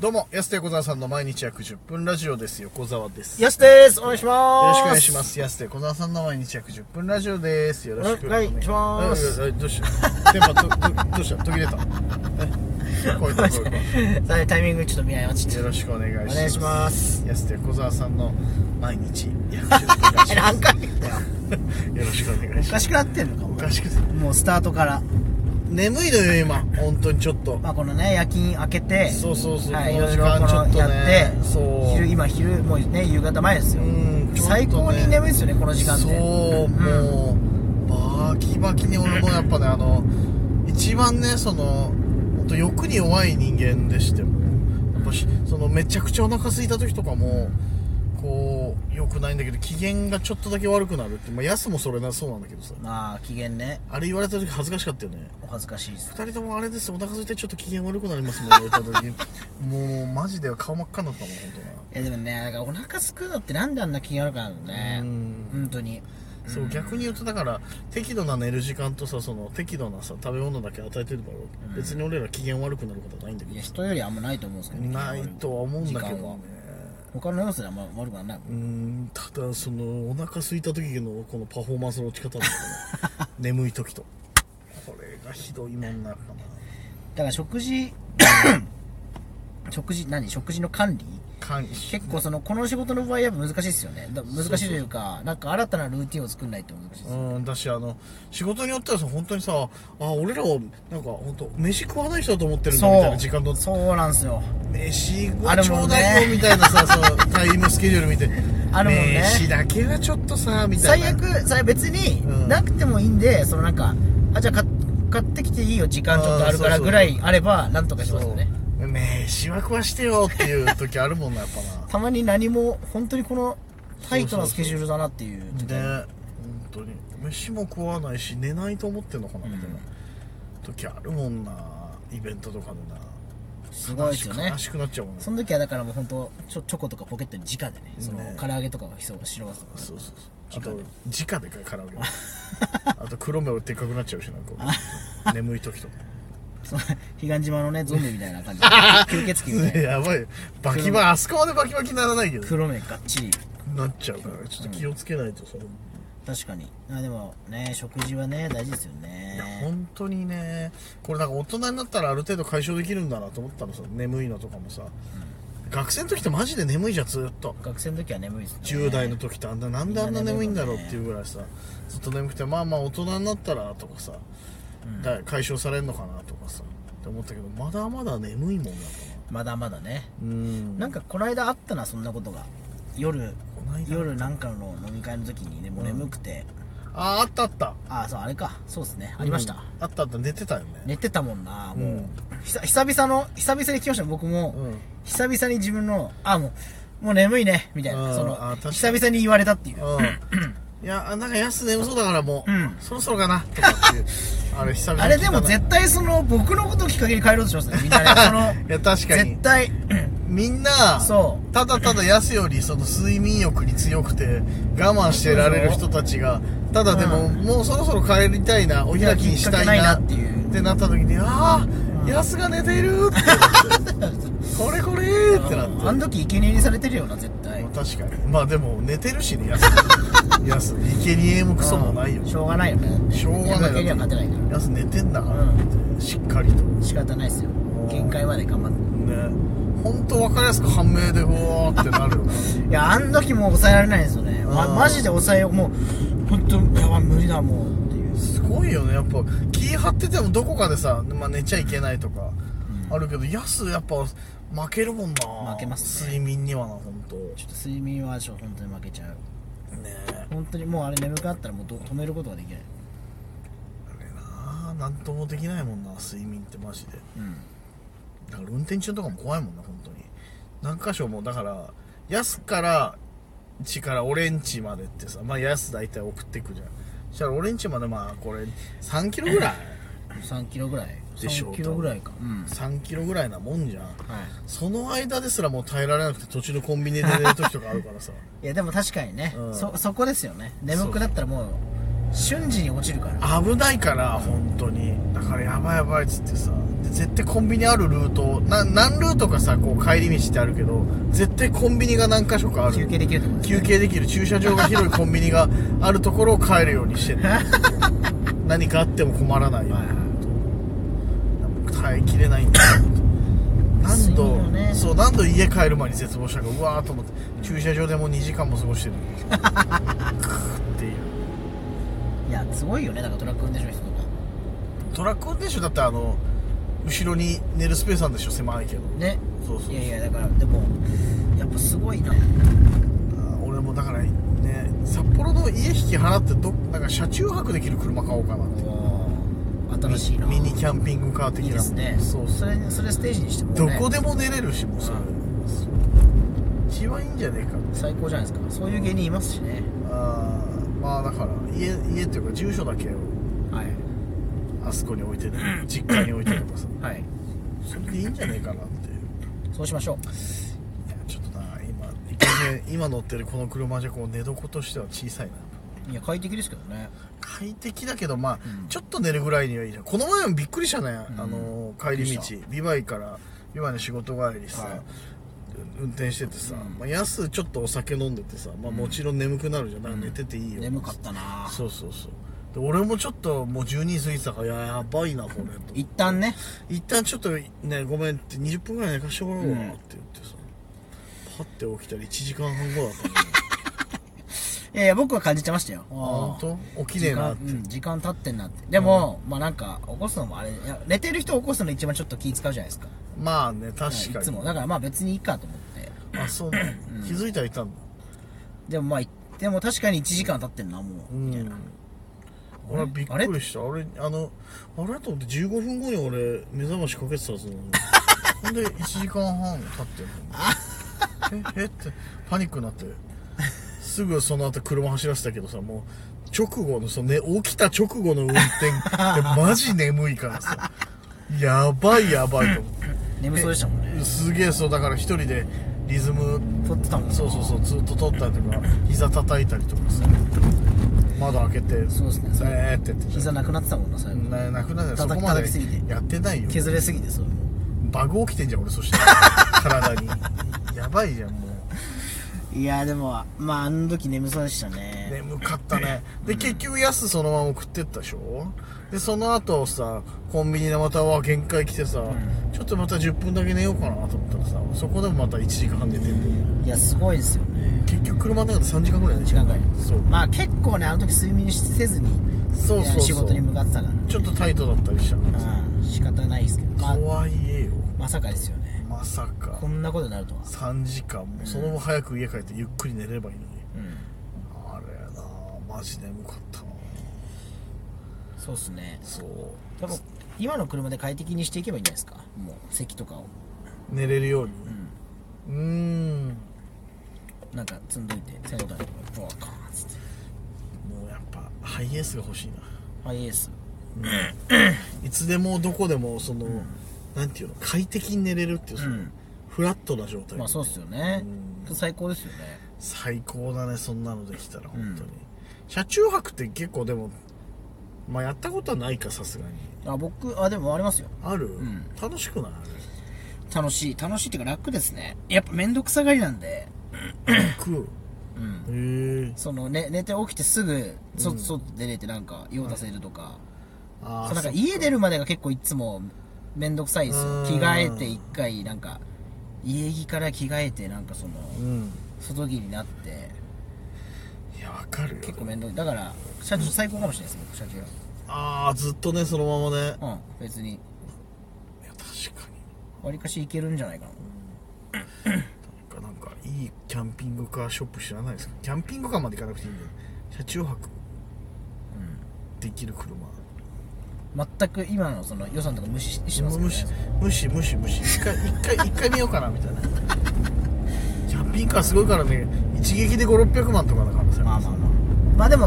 どうも、安手小沢さんの毎日約10分ラジオです。横澤です。よやすです。お願いしろましす。くお願いしま。す。安手小沢さんの毎日約10分ラジオです。よろしくお願いしお願まいしますす。はいはいどうした電波どどどうした途切れたえ こういうことこういうこさあタイミングちょっと見合いまとちよろしくお願いします。お願いします。安手小沢さんの毎日約10分ラジオ何回もよろしくお願いおしまかす。しくなってんのかおも。かしくて。もうスタートから。眠いのよ、今。本当にちょっと。まあこのね、夜勤明けて、そうそうそうはい、こいのろ時いろこ間ちょっのとやねって、そう昼、今昼、もうね、夕方前ですよ。うんちょっとね最高に眠いですよね、この時間って。そう、もうバキバキに俺もやっぱねあの一番ねその本当欲に弱い人間でしてもやっぱしそのめちゃくちゃお腹空いた時とかもこう良くないんだけど機嫌がちょっとだけ悪くなるってまあ安もそれなそうなんだけどさまあ、機嫌ね、あれ言われた時恥ずかしかったよねお恥ずかしいです。二人ともあれですお腹空いてちょっと機嫌悪くなりますもん言われた時もうマジで顔真っ赤になったもん本当な いやでもね、だからお腹すくのってなんであんな気が悪くなるのね。うん本当に。そう逆に言うとだから適度な寝る時間とさその適度なさ食べ物だけ与えてれば、別に俺ら機嫌悪くなることはないんだけいどや、人よりあんまないと思うんですけど。ないとは思うんだけ時間どはね他の要素であんま悪くならないもんうーんただそのお腹空いた時のこのパフォーマンスの落ち方だった ね眠い時とこれがひどいもんなやっぱなだから食事食事何食事の管理管理結構そのこの仕事の場合やっぱ難しいですよねだ難しいというかなんか新たなルーティンを作んないと難しいですうんだしあの仕事によってはさ本当にさあ俺らをなんか本当飯食わない人だと思ってるんだみたいな時間のそうなんですよ飯ごあるちょもうんだいよねみたいなさ、そのタイムスケジュール見て あるもんね飯だけはちょっとさみたい最な悪さ別うんになくてもいいんで、そのなんかあじゃあ買っ買ってきていいよ時間ちょっとあるかあーそうらそうぐらいあればなんとかしそますよねう飯は食わしてよっていう時あるもんなやっぱなたまに何も本当にこのタイトなスケジュールだなって いう時ね本当に飯も食わないし寝ないと思ってんのかなみたいな時あるもんなイベントとかすでごないですよね悲しくなっちゃうもんねその時はだからもう本当ちょチョコとかポケットに直でねそのね唐揚げとかが潜む白わせそうそうそうあと直でかいカラ オケあと黒目をでっかくなっちゃうしなん か眠い時とかその彼岸島のねゾンビみたいな 感じ吸血鬼みたいなやばいバキバキあそこまでバキバキにならないけど黒目がっちりなっちゃうからちょっと気をつけないとその、確かにあでもね食事はね大事ですよいやね本当にねこれなんか大人になったらある程度解消できるんだなと思ったのさ眠いのとかもさ、学生の時ってマジで眠いじゃんずっと学生の時は眠いですね10代の時ってあんななんであんな眠いんだろうっていうぐらいさずっと眠くてまあまあ大人になったらとかさ、だ解消されるのかなとかさって思ったけどまだまだ眠いもんだかまだまだねらうんなんかこの間あったなそんなことが夜こないだ夜なんかの飲み会の時にねもう眠くて、ああったあったああそうあれかそうですねありました、うんあったあった寝てたよね寝てたもんなもう、うんひさ久々の久々に来ました僕も、うん久々に自分のあもうもう眠いねみたいな、うんそのあ確かに久々に言われたっていう、うんいやなんか安眠そうだからもう、うんそろそろかなとかっていうあれ久々あれでも対絶対その僕のことをきっかけに帰ろうとしますねみ んなねそのいや確かに 絶対みんなそただただ安よりその睡眠欲に強くて我慢してられる人たちがただでも、うもうそろそろ帰りたいなお開きにしたいないやきっかけないなっていうってなった時にああ、安が寝てるってなってこれこれーってなって、あの時生贄にされてるよな絶対まあ確かにまあでも寝てるしね安 安生贄もクソもないようんしょうがないよねしょうがない生贄には勝てないかやつ寝てんだから、うしっかりとねら仕方ないですよ限界まで頑張って本当分かりやすく判明でうわーってなるよねいやあの時もう抑えられないですよね、ま、うんマジで抑えようもう本当やばい無理だもうってい うすごいよねやっぱ気張っててもどこかでさ、まあ、寝ちゃいけないとかあるけど、やすやっぱ負けるもんな負けますね睡眠にはな本当ねちょっと睡眠はちょっと本当に負けちゃうえ本当にもうあれ眠くなったらもうど止めることができないあれななんともできないもんな睡眠ってマジでうんだから運転中とかも怖いもんな本当に何箇所もだから安から家から俺ん家までってさまあ安大体送ってくじゃんそしたら俺ん家までまあこれ3キロぐらい3キロぐらいでしょう3キロぐらいかうん3キロぐらいなもんじゃんはいその間ですらもう耐えられなくて途中のコンビニで寝る時とかあるからさいやでも確かにね、うんそそこですよね眠くなったらもう瞬時に落ちるから危ないから本当にだからやばいやばいっつってさで絶対コンビニあるルートをな何ルートかさこう帰り道ってあるけど絶対コンビニが何か所かある休憩できると思う休憩できる駐車場が広いコンビニがあるところを帰るようにして る何かあっても困らないよ、はいはい僕耐えきれないんだよ何そう度よねそう何度家帰る前に絶望したかうわーと思って駐車場でもう2時間も過ごしてるくーっていういやすごいよねなんかトラック運転手の人とかトラック運転手だってあの後ろに寝るスペースあるんでしょ狭いけどねそうそうそうやいやだからでもやっぱすごいなあー俺もだからね札幌の家引き払ってどなんか車中泊できる車買おうかなって新しいなミニキャンピングカー的ないいですねそうそそうれそれステージにしても、ね、どこでも寝れるしもうそれ一番いいんじゃねえか最高じゃないですかそういう芸人いますしねあーまあだから家家っていうか住所だけをはいあそこに置いてね 実家に置いてればさはいそれでいいんじゃねえかなっていうそうしましょいやちょっとな今いけねえ今乗ってるこの車じゃこう寝床としては小さいなういや快適ですけどね快適だけどまあ、ちょっと寝るぐらいにはいいじゃんこの前もびっくりしたね、んあの帰りびっ道くりビバイからビバイの仕事帰りさ、はい運転しててさ、うんまあ、やすちょっとお酒飲んでてさ、まあ、もちろん眠くなるじゃん、なんか寝てていいよ眠かったなそうそうそうで俺もちょっともう12過ぎてたからやばいなこれと思って一旦ね一旦ちょっとねごめんって20分ぐらい寝かしてもらおうかなって言ってさ、パッて起きたら1時間半後だったの よいやいや僕は感じてましたよあ本当起きねえなって時間,、うん、時間経ってんなってでも、まあなんか起こすのもあれいや寝てる人を起こすの一番ちょっと気使うじゃないですかまあね確かいにつもだからまあ別にいいかと思ってあそうなの、気づいたらいたんだでもまあいでも確かに1時間経ってんなもう、うんみたいな俺はびっくりしたあれあのあれと思って15分後に俺目覚ましかけてたはずなのにほん で1時間半経ってるのにええってパニックになってすぐその後車走らせたけどさもう直後のその、ね、起きた直後の運転 ってマジ眠いからさやばいやばいと思って眠そうでしたもんねすげえそうだから一人でリズム撮ってたもんそうそうそうずっと撮ったりとか膝叩いたりとかさ窓開けてそうですねそれえーってやって膝なくなってたもんな最後ななくなるよそ叩こきまで叩きすぎてやってないよ削れすぎてそうバグ起きてんじ ゃん俺そしたら体にやばいじゃんもういやでもまああの時眠そうでしたね眠かったねで、結局ヤスそのまま送ってったでしょでその後さコンビニでまたわ限界来てさ、ちょっとまた10分だけ寝ようかなと思ったらさそこでもまた1時間半寝てるいやすごいですよね結局車の中で3時間ぐらい寝て時る間外そうまあ結構ねあの時睡眠せずにそうそうそう仕事に向かってたかちょっとタイトだったりしたからら、さうん、仕方ないですけど、まあと、はいえよまさかですよねまさかこんなことになるとは3時間もそのまま早く家帰ってゆっくり寝ればいいのにうんあれやなマジ眠かったなそうっすねそう多分今の車で快適にしていけばいいんじゃないですかもう席とかを寝れるようにんうーんなんか積んどいてセンターにボワカーンっつってもうやっぱハイエースが欲しいなハイエースいつでもどこでもその、なんていうの快適に寝れるっていうその、うんフラットな状態、まあそうっすよねう最高ですよね最高だねそんなのできたら本当に、車中泊って結構でもまあやったことはないかさすがにあ僕あでもありますよある、ん楽しくない楽しい楽しいっていうか楽ですねやっぱ面倒くさがりなんであれ楽うんへえそのね寝て起きてすぐそ外出れてなんか用出せるとか、あそうなんそか家出るまでが結構いつもめんどくさいんですうよん着替えて一回なんか家着から着替えてなんかそのうん外着になっていやわかるよ結構めんどいだから社長最高かもしれないです僕社ああずっとねそのままねいや長うん別に確かにわりかしいけるんじゃないかななんかなんかいいキャンピングカーショップ知らないですかキャンピングカーまで行かなくていいんだよ車中泊できる車全く今のその予算とか無視ししてますけど、無ね、視無視無視無視一回一 回一回見ようかなみたいなキャンピングカーすごいからね一撃で5600万とかだからさ、まあまあまあまあでも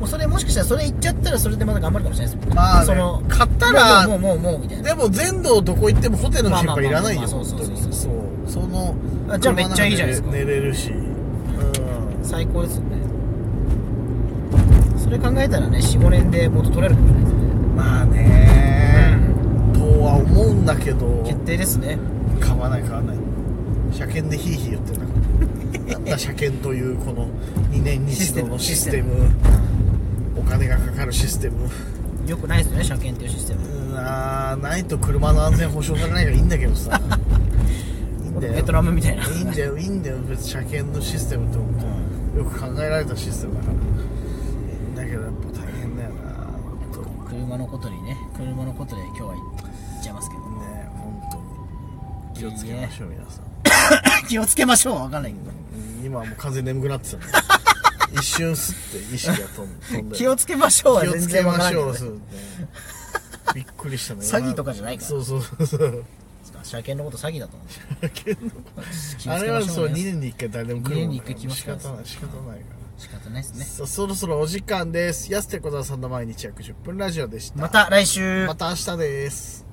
もうそれもしかしたらそれ言っちゃったらそれでまた頑張るかもしれないですもんまあねその買ったらもうもうもうもうみたいなでも全道どこ行ってもホテルの心配いらないよまあまあまあまあそうそうそうそうそのあじゃあめっちゃいいじゃないですか車の中寝れるしうん最高ですよねそれ考えたらね45年で元取れるかもしれないですねまあねとは思うんだけど決定ですね買わない買わない車検でヒーヒー言ってんだからなんだ車検というこの2年に一度のシシスステテムお金がかかるシステムよくないですよね車検っていうシステムうんあーないと車の安全保障されないからいいんだけど さいいんだよベトナムみたいないいんだよいいんだよ別に車検のシステムってよく考えられたシステムだからだけどやっぱ大変だよな本当に車のことにね車のことで今日は言っちゃいますけどね本当に気をつけましょう皆さん気をつけましょうは分かんないけど今はもう風眠くな ってたね一瞬すって意識が飛ん飛んで気をつけましょうは気を全つけ然分かまらないしけどょねうするねびっくりしたね 詐欺とかじゃないからそうそうそう車検のこと詐欺だと思う気をあつれけはましょそううね2年に1回誰でも来るもんだから二年に一回来ますから仕方ない仕方ないから仕方ないですねさあそろそろお時間です安手小沢さんの毎日約10分ラジオでしたまた来週また明日です